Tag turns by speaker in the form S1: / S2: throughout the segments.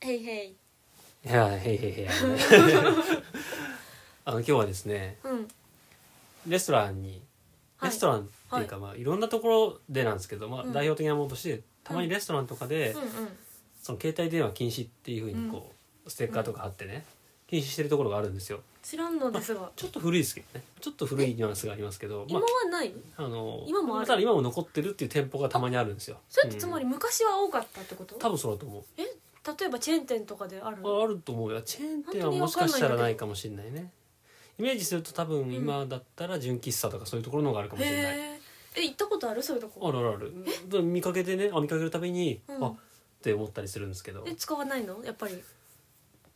S1: へいへい
S2: いやへ いへいへいあのねあの今日はですね
S1: うん
S2: レストランに
S1: はい
S2: レストランっていうか、いまあ、いろんなところでなんですけど、まあ
S1: うん
S2: 代表的なものとしてたまにレストランとかで、
S1: うんうん
S2: その携帯電話禁止っていうふうにこう、ステッカーとか貼ってね禁止してるところがあるんですよ
S1: 知らんのですが
S2: ちょっと古いですけどねちょっと古いニュアンスがありますけど、
S1: 今
S2: ま
S1: はない
S2: あ、あの
S1: 今もある
S2: ただ今も残ってるっていう店舗がたまにあるんですよ
S1: それってつまり
S2: うん
S1: 昔は多かったってこと
S2: 多分そうだと思う
S1: 例えばチェーン店とかである
S2: ああると思うよチェーン店はもしかしたらないかもしれないねイメージすると多分今だったら純喫茶とかそういうところの方があるかも
S1: へ
S2: しれない、
S1: ええ行ったことあるそういうとこ
S2: あるあるあるで見かけてねあ見かけるたびに、
S1: うん
S2: あって思ったりするんですけど
S1: え使わないのやっぱり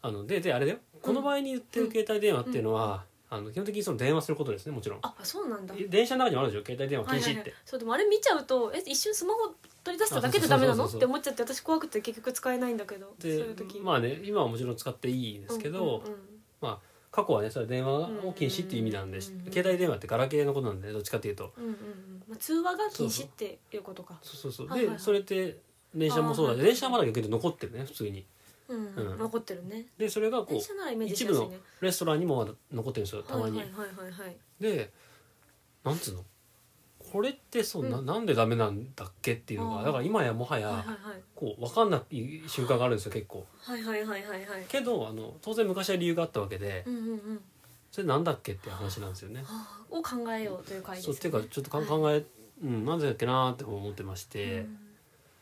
S2: あのでであれだよこの場合に言ってる携帯電話っていうのは、あの基本的にその電話することですねもちろん
S1: あそうなんだ
S2: え電車の中にもあるでしょ携帯電話禁止って、
S1: はいはいはい、そうでもあれ見ちゃうとえ一瞬スマホ取り出しただけでダメなの
S2: あそうそうそうそう
S1: って思っちゃって私怖くて結局使えないんだけどそういう
S2: で
S1: 時
S2: まあね今はもちろん使っていいですけど、
S1: うんうんうん
S2: 過去はねそれは電話を禁止っていう意味なんで、
S1: うんうんうん
S2: 携帯電話ってガラケーのことなんでどっちかっていうと
S1: うんうんうんまあ、通話が禁止っていうことか
S2: そうそうそう、
S1: はいはいはい
S2: でそれって電車もそうだし
S1: あーはい
S2: 電車はまだ逆に残ってるね普通に
S1: うん、
S2: うん
S1: 残ってるね
S2: でそれがこ
S1: 電
S2: う
S1: 車ならイメージしやすいね
S2: レストランにもまだ残ってるんですよたまに、
S1: はいはいはいはいはい
S2: でなんつうのこれってそう、な
S1: う
S2: なんでダメなんだっけっていうの
S1: あ
S2: が
S1: ー
S2: だから今やもはや、
S1: はい
S2: こう分かんない習慣があるんですよ結構
S1: はいはいはいはいはいはい
S2: けどあの当然昔は理由があったわけで
S1: うんうんうん
S2: それなんだっけっていう話なんですよね
S1: あーを考えようという会です、
S2: そう
S1: ね、
S2: っていうかちょっとかん考え、うん、なんでだっけなーって思ってまし
S1: う
S2: て、
S1: ん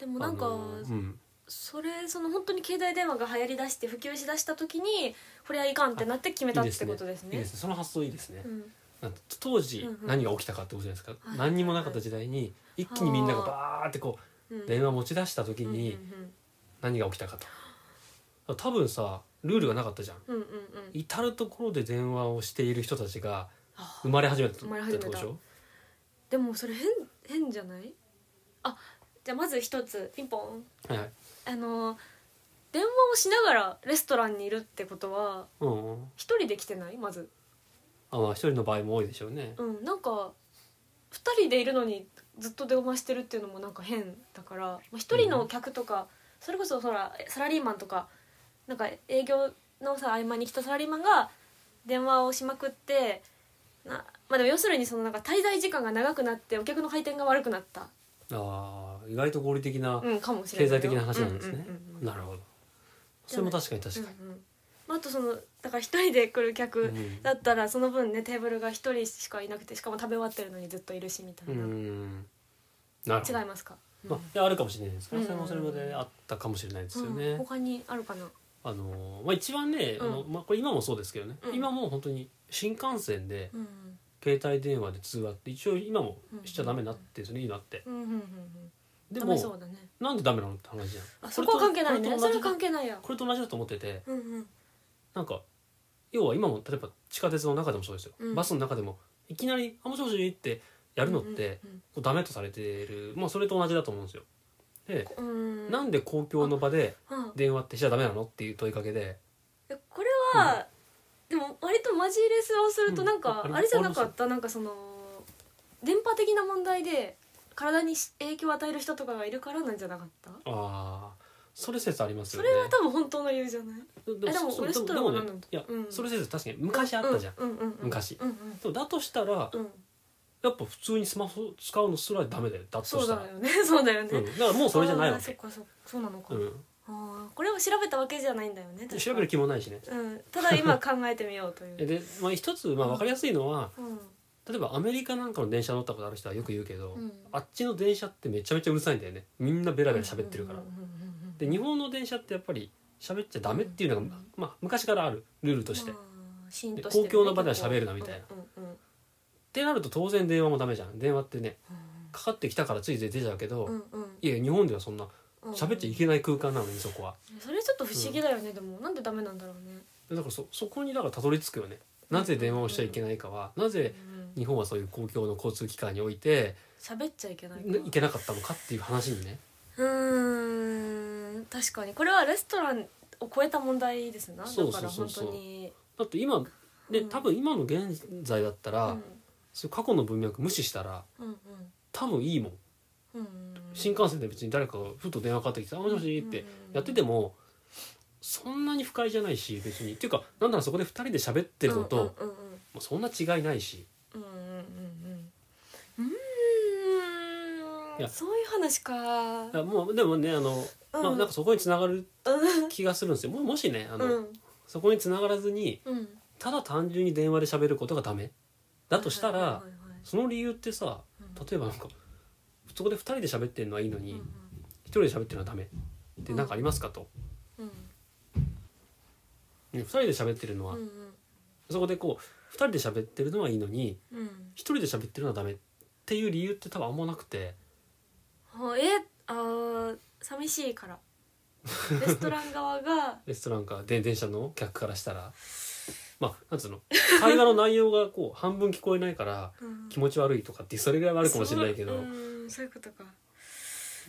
S1: でもなんか、
S2: あのーうん、
S1: それその本当に携帯電話が流行りだして普及しだした時にこれはいかんってなって決めたってことです
S2: いいで
S1: ね
S2: すねその発想いいですね
S1: う、ん
S2: なんか当時
S1: うんうん
S2: 何が起きたかってことじゃないですか、
S1: はい
S2: 何にもなかった時代に一気にみんながバーってこ
S1: うん
S2: う電話持ち出した時に何が起きたかと多分さルールがなかったじゃん
S1: うんうんうんうんうん
S2: 至る所で電話をしている人たちが
S1: あ
S2: 生まれ始めたって
S1: 生まれ
S2: こ
S1: 始め
S2: と
S1: た
S2: でしょ
S1: でもそれ変変じゃないあじゃあまず一つピンポン
S2: はいはい
S1: あのー電話をしながらレストランにいるってことは
S2: うんうん
S1: 一人で来てないまず
S2: あまあ一人の場合も多いでしょうね
S1: うんなんか二人でいるのにずっと電話してるっていうのもなんか変だからまあ一人の客とか、それこそほらサラリーマンとかなんか営業のさ合間に来たサラリーマンが電話をしまくってなまあでも要するにそのなんか滞在時間が長くなってお客の回転が悪くなった、
S2: ああ意外と合理的な、
S1: うん、かもしれないよ
S2: 経済的な話なんですね
S1: うんうんうんうん
S2: なるほどそれも確かに確か
S1: うんうんまあ、あとそのだから一人で来る
S2: に、
S1: 客だったらその分ねテーブルが一人しかいなくてしかも食べ終わってるのにずっといるしみた
S2: う
S1: い
S2: ん、
S1: な、
S2: うんなるほど
S1: 違いますか、
S2: まあ、いやあるかもしれないですから、
S1: うん
S2: それもそれまであったかもしれないですよね。
S1: うん他にあるかな
S2: あのまあ、一番ね、
S1: うん
S2: あのまあ、これ今もそうですけどね、
S1: うん
S2: 今もう本当に新幹線で
S1: うん
S2: 携帯電話で通話って一応今もしちゃダメになってるんですね、いいなって
S1: うんうんうんうん
S2: で
S1: ダ
S2: も
S1: メそうだね
S2: なんでダメなのって話じゃん
S1: あ
S2: と
S1: そこは関係ない
S2: こと
S1: ね
S2: 同
S1: それ
S2: じ
S1: は関係ないや
S2: これと同じだと思ってて
S1: うんうん
S2: なんか要は今も例えば地下鉄の中でもそうですよ、
S1: うん
S2: バスの中でもいきなり「あもしもし」ってやるのって、
S1: うん
S2: こうダメとされてる、まあ、それと同じだと思うんですよ。で、
S1: うんうんうん
S2: なんで公共の場で
S1: うん
S2: 電話ってしちゃダメなのっていう問いかけで。
S1: えこれは、でも割とマジレスをすると
S2: うん
S1: なんか、
S2: あ
S1: あれじゃなかったなんかその電波的な問題で体にし影響を与える人とかがいるからなんじゃなかった
S2: ああそれ説ありま
S1: そ
S2: すよ
S1: れ
S2: ね
S1: は多分本当の理由じゃない
S2: で
S1: えでも
S2: そう
S1: 俺知っ
S2: で
S1: たら
S2: も
S1: 何
S2: ね
S1: なんだ
S2: いや、
S1: うん
S2: それ説確かに昔あったじゃん、
S1: うんうんうんうん、
S2: 昔
S1: うん
S2: でもだとしたら
S1: うんうん、
S2: やっぱ普通にスマホ使うのすらダメだよだと
S1: そう
S2: したら
S1: だよね そうだよね、
S2: うん、だからもうそれじゃないわ
S1: あーそっ
S2: け、
S1: かそっかそうなのか、
S2: う
S1: あ
S2: ん、
S1: あーこれを調べたわけじゃないんだよね
S2: で調べる気もないしね
S1: 確かうん、ただ今考えてみようとい
S2: え
S1: う、
S2: で、まあ、一つまあ分かりやすいのは
S1: うん、
S2: 例えばアメリカなんかの電車乗ったことある人はよく言うけど、
S1: うん
S2: あっちの電車ってめちゃめちゃうるさいんだよねみんなベラベラ喋ってるから、
S1: うんうんうんうん
S2: で日本の電車ってやっぱり喋っちゃダメっていうのが、まあ、昔からあるルールとして、
S1: ま
S2: っ
S1: あシーンとしてるね
S2: 公共の場では喋るなみたいな
S1: うんうん
S2: てなると当然電話もダメじゃん電話ってねかかってきたからついつい出ちゃうけど、
S1: うんうんうん
S2: いや日本ではそんな
S1: うん
S2: 喋っちゃいけない空間なのにそこは
S1: それちょっと不思議だよね、でもなんでダメなんだろうね、
S2: だからそそこにだからたどり着くよねなぜ電話をしちゃいけないかはなぜ
S1: うん
S2: 日本はそういう公共の交通機関において
S1: 喋っちゃいけないか
S2: ねいけなかったのかっていう話にね
S1: うーん確かにこれはレストランを超えた問題ですなだ
S2: そう
S1: か
S2: そう
S1: ら
S2: そ
S1: 本
S2: うそう
S1: 当に
S2: だって今で
S1: うん
S2: 多分今の現在だったら、
S1: うん
S2: そういう過去の文脈無視したら
S1: うん
S2: 多分いいもん
S1: うんうん
S2: 新幹線で別に誰かがふと電話かかってきて「あもしもし」ってやっててもそんなに不快じゃないし別にっていうかなんならそこで2人で喋ってるのと、も
S1: うんうん
S2: うそんな違いないし
S1: うんうんうんうんうん
S2: いや
S1: そういう話か
S2: だからもうでもねあの、まあ、なんかそこに繋がる
S1: うん
S2: 気がするんですよももしねあ
S1: う
S2: の、
S1: ん
S2: そこに繋がらずに
S1: うん
S2: ただ単純に電話で喋ることがダメだとしたら、
S1: はいはいはいはい
S2: その理由ってさ例えばなんかそこで2人で喋ってるのはいいの
S1: うん
S2: に、
S1: うん
S2: 一人で喋ってるのはダメって何かありますかと、
S1: うん
S2: ね、2人で喋ってるのは、
S1: うん
S2: そこでこう2人で喋ってるのはいいのに
S1: うんうん
S2: 一人で喋ってるのはダメっていう理由って多分あんまなくて
S1: あえあー寂しいからレストラン側が
S2: レストランかで電車の客からしたらまあなん つうの会話の内容がこう半分聞こえないから
S1: うん
S2: 気持ち悪いとかってそれぐらいはあるかもしれないけど
S1: そううんそういうことか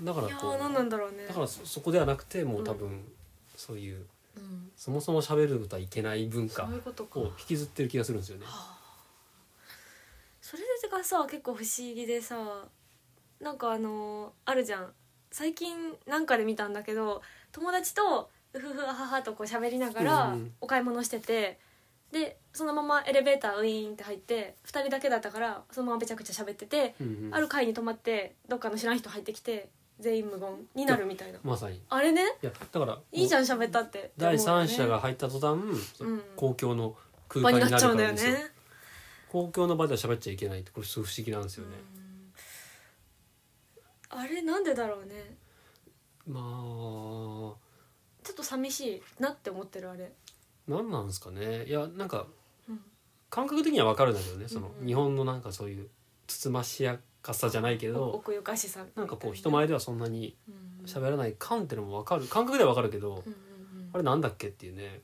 S2: だから
S1: いや
S2: こ
S1: ー何な
S2: うん
S1: だろうね
S2: だからそそこではなくてもう多分そういう
S1: うん
S2: そもそも喋ることはいけない文化
S1: そういうことか
S2: を引きずってる気がするんですよね。
S1: それがさ結構不思議でさなんかあのーあるじゃん最近なんかで見たんだけど友達とうふふあははとこう喋りなが
S2: うん
S1: ら
S2: うん
S1: お買い物してて、でそのままエレベーターウィーンって入って2人だけだったからそのままめちゃくちゃ喋ってて、
S2: うんうん
S1: ある階に泊まってどっかの知らん人入ってきて全員無言になるみたいな、
S2: まさにい
S1: あれね
S2: やだから
S1: いいじゃ
S2: ん
S1: ん喋ったってって思うよね
S2: 第三者が入った途端、公共の空
S1: 場に
S2: 間に
S1: な
S2: な
S1: っ
S2: る
S1: ちゃ
S2: か
S1: うんだよ
S2: らですよ
S1: ね。
S2: 公共の場では喋っちゃいけないってこれすごい不思議なんですよね。
S1: うんあれなんでだろうね
S2: ま
S1: ちょっと寂しいなって思ってるあれ、
S2: あなんなんですかねいやなんか
S1: うん
S2: 感覚的にはわかるんだけどねその
S1: うんうん
S2: 日本のなんかそういうつつましやかさじゃないけど
S1: 奥ゆかしさ
S2: なんかこう人前ではそんなに
S1: る、
S2: 喋らない感ってのもわかる感覚ではわかるけ
S1: う
S2: ど
S1: んうんうん
S2: あれなんだっけっていうね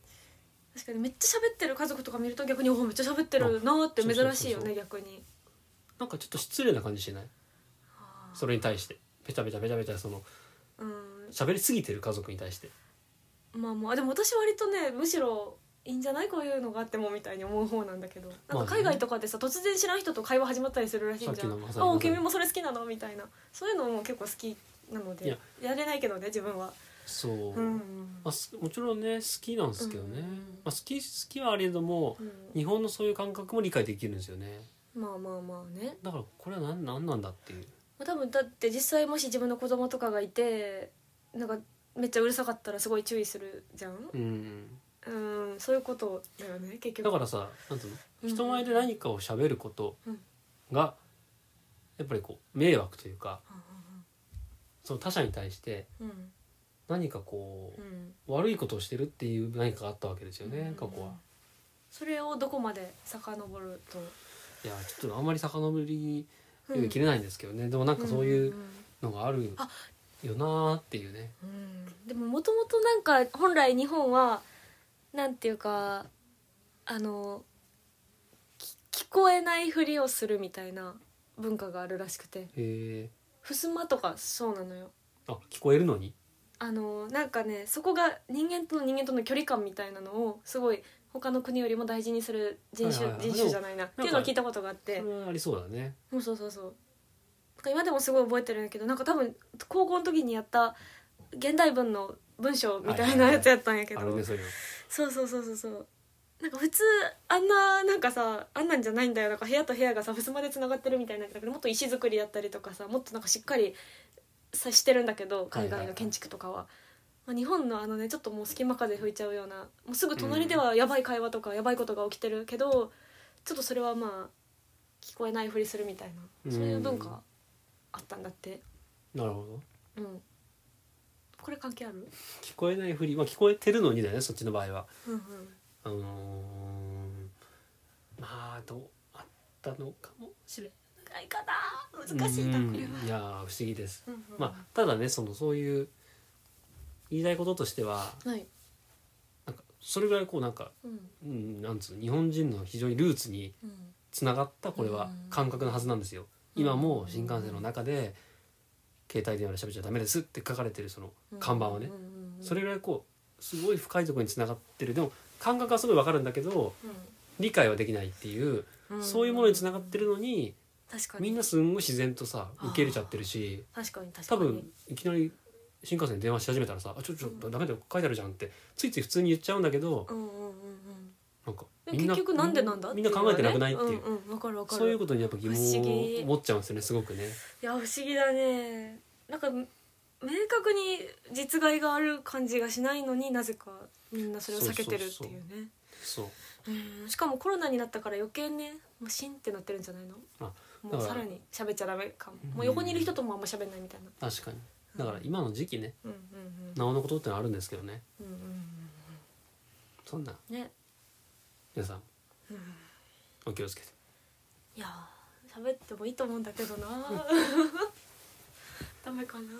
S1: 確かにめっちゃ喋ってる家族とか見ると逆におめっちゃ喋ってるなーって
S2: そうそうそうそう
S1: 珍しいよね逆に
S2: なんかちょっと失礼な感じしない
S1: あー
S2: それに対してペチャペチャペチャペチャその
S1: うん
S2: 喋りすぎてる家族に対して
S1: まあもうあでも私割とねむしろいいんじゃないこういうのがあってもみたいに思う方なんだけどなんか海外とかでさ突然知らん人と会話始まったりするらしい
S2: さっ
S1: じ
S2: き
S1: ゃ
S2: の
S1: ん「
S2: まさ
S1: あ
S2: に
S1: お君もそれ好きなの?」みたいなそういうのも結構好きなの
S2: い
S1: で
S2: や
S1: やれないけどね自分は。
S2: そう、
S1: うんうん
S2: まあ、すもちろんね好きなんですけどね、
S1: うんうんうん
S2: まあ、好き好きはあれども
S1: うん
S2: 日本のそういう感覚も理解できるんですよね
S1: まあまあまあね
S2: だからこれは何何なんだっていう
S1: まあ多分だって実際もし自分の子供とかがいてなんかめっちゃうるさかったらすごい注意するじゃん
S2: うん
S1: うんそういうことだよね結局
S2: だからさなんていう
S1: うん
S2: の人前で何かを喋ることがやっぱりこう迷惑というかその他者に対して
S1: うんうん
S2: 何かこ
S1: うんうん
S2: う悪いことをしてるっていう何かがあったわけですよ
S1: うんうんう
S2: ね
S1: ん
S2: 過去は。
S1: それをどこまで遡ると、
S2: いやちょっとあんまり遡り
S1: うん
S2: きれないんですけどね、でもなんかそういう
S1: うん
S2: のがある
S1: あ
S2: よなーっていうね。
S1: うんうんでももともとなんか本来日本はなんていうかあのき聞こえないふりをするみたいな文化があるらしくて
S2: へ
S1: 襖とかそうなのよ
S2: ーあ聞こえるのに
S1: あのなんかねそこが人間との人間との距離感みたいなのをすごい他の国よりも大事にする人種、
S2: はいはいはい
S1: 人種じゃないなっていうのを聞いたことがあっ
S2: そ
S1: て
S2: れはありそうだね。
S1: うんそうそうそうなんか今でもすごい覚えてるんだけどなんか多分高校の時にやった現代文の文章みたいなやつやったんやけど、
S2: あるねそういう
S1: そうそうそうそうそうなんか普通あんななんかさあんなんじゃないんだよなんか部屋と部屋がさ襖でつながってるみたいなんだけどもっと石造りやったりとかさもっとなんかしっかりさしてるんだけど海
S2: はい
S1: 外
S2: はいは
S1: の
S2: い
S1: 建築とかは。まあ、日本のあのねちょっともう隙間風吹いちゃうようなもうすぐ隣ではやばい会話とかやばいことが起きてるけど、ちょっとそれはまあ聞こえないふりするみたいなそういう文
S2: うん
S1: 化あったんだって、
S2: の。なるほど。
S1: うん、これ関係ある、
S2: 聞こえないふり、まあ、聞こえてるのにだよねそっちの場合は。
S1: うんうん、
S2: あのーまあどうあったのかもしれ
S1: 使い方
S2: ない。
S1: 難しいな
S2: うん
S1: これは。
S2: いやー不思議です。
S1: うんうん
S2: まあただねそのそういう言いたいこととしては
S1: はい、
S2: なんかそれぐらいこうなんか、
S1: うん
S2: うん、なんつうの日本人の非常にルーツに
S1: うん
S2: つながったこれは
S1: うん
S2: 感覚のはずなんですよ。
S1: うん
S2: 今も新幹線の中で携帯電話で喋っちゃダメですって書かれてるその看板はね
S1: うんうんうん
S2: それぐらいこうすごい深いところにつながってるでも感覚はすごいわかるんだけど理解はできないっていう、
S1: うん
S2: そういうものにつながってるのに
S1: 確かに
S2: みんなすんごい自然とさ
S1: あー
S2: 受け入れちゃってるし
S1: 確かに確か
S2: 多
S1: に
S2: 分いきなり新幹線に電話し始めたらさ「あちょちょダメだよ書いてあるじゃん」ってついつい普通に言っちゃうんだけど
S1: うんうんうん
S2: なんか
S1: うん
S2: みんな
S1: 結局なんでなんだ
S2: みんな考えてなくないっていう、
S1: んうんわかるわかる
S2: そういうことにやっぱ疑
S1: 不思
S2: 問
S1: 議
S2: を持っちゃうんですよねすごくね。
S1: いや不思議だねなんか明確に実害がある感じがしないのになぜかみんなそれを避けてるっていうね
S2: そう
S1: うんしかもコロナになったから余計ねもうシンってなってるんじゃないの
S2: あ
S1: もう
S2: だか
S1: さ
S2: ら
S1: らに喋っちゃダメかも,、
S2: うん
S1: もう横にいる人ともあんま喋んないみたいな
S2: 確かにだから今の時期ね
S1: うんうん
S2: なおのことってのはあるんですけどね
S1: うんうん
S2: そん
S1: う
S2: な
S1: んね
S2: 皆さん
S1: うん
S2: お気をつけて
S1: いやー喋ってもいいと思うんだけどな ダメかな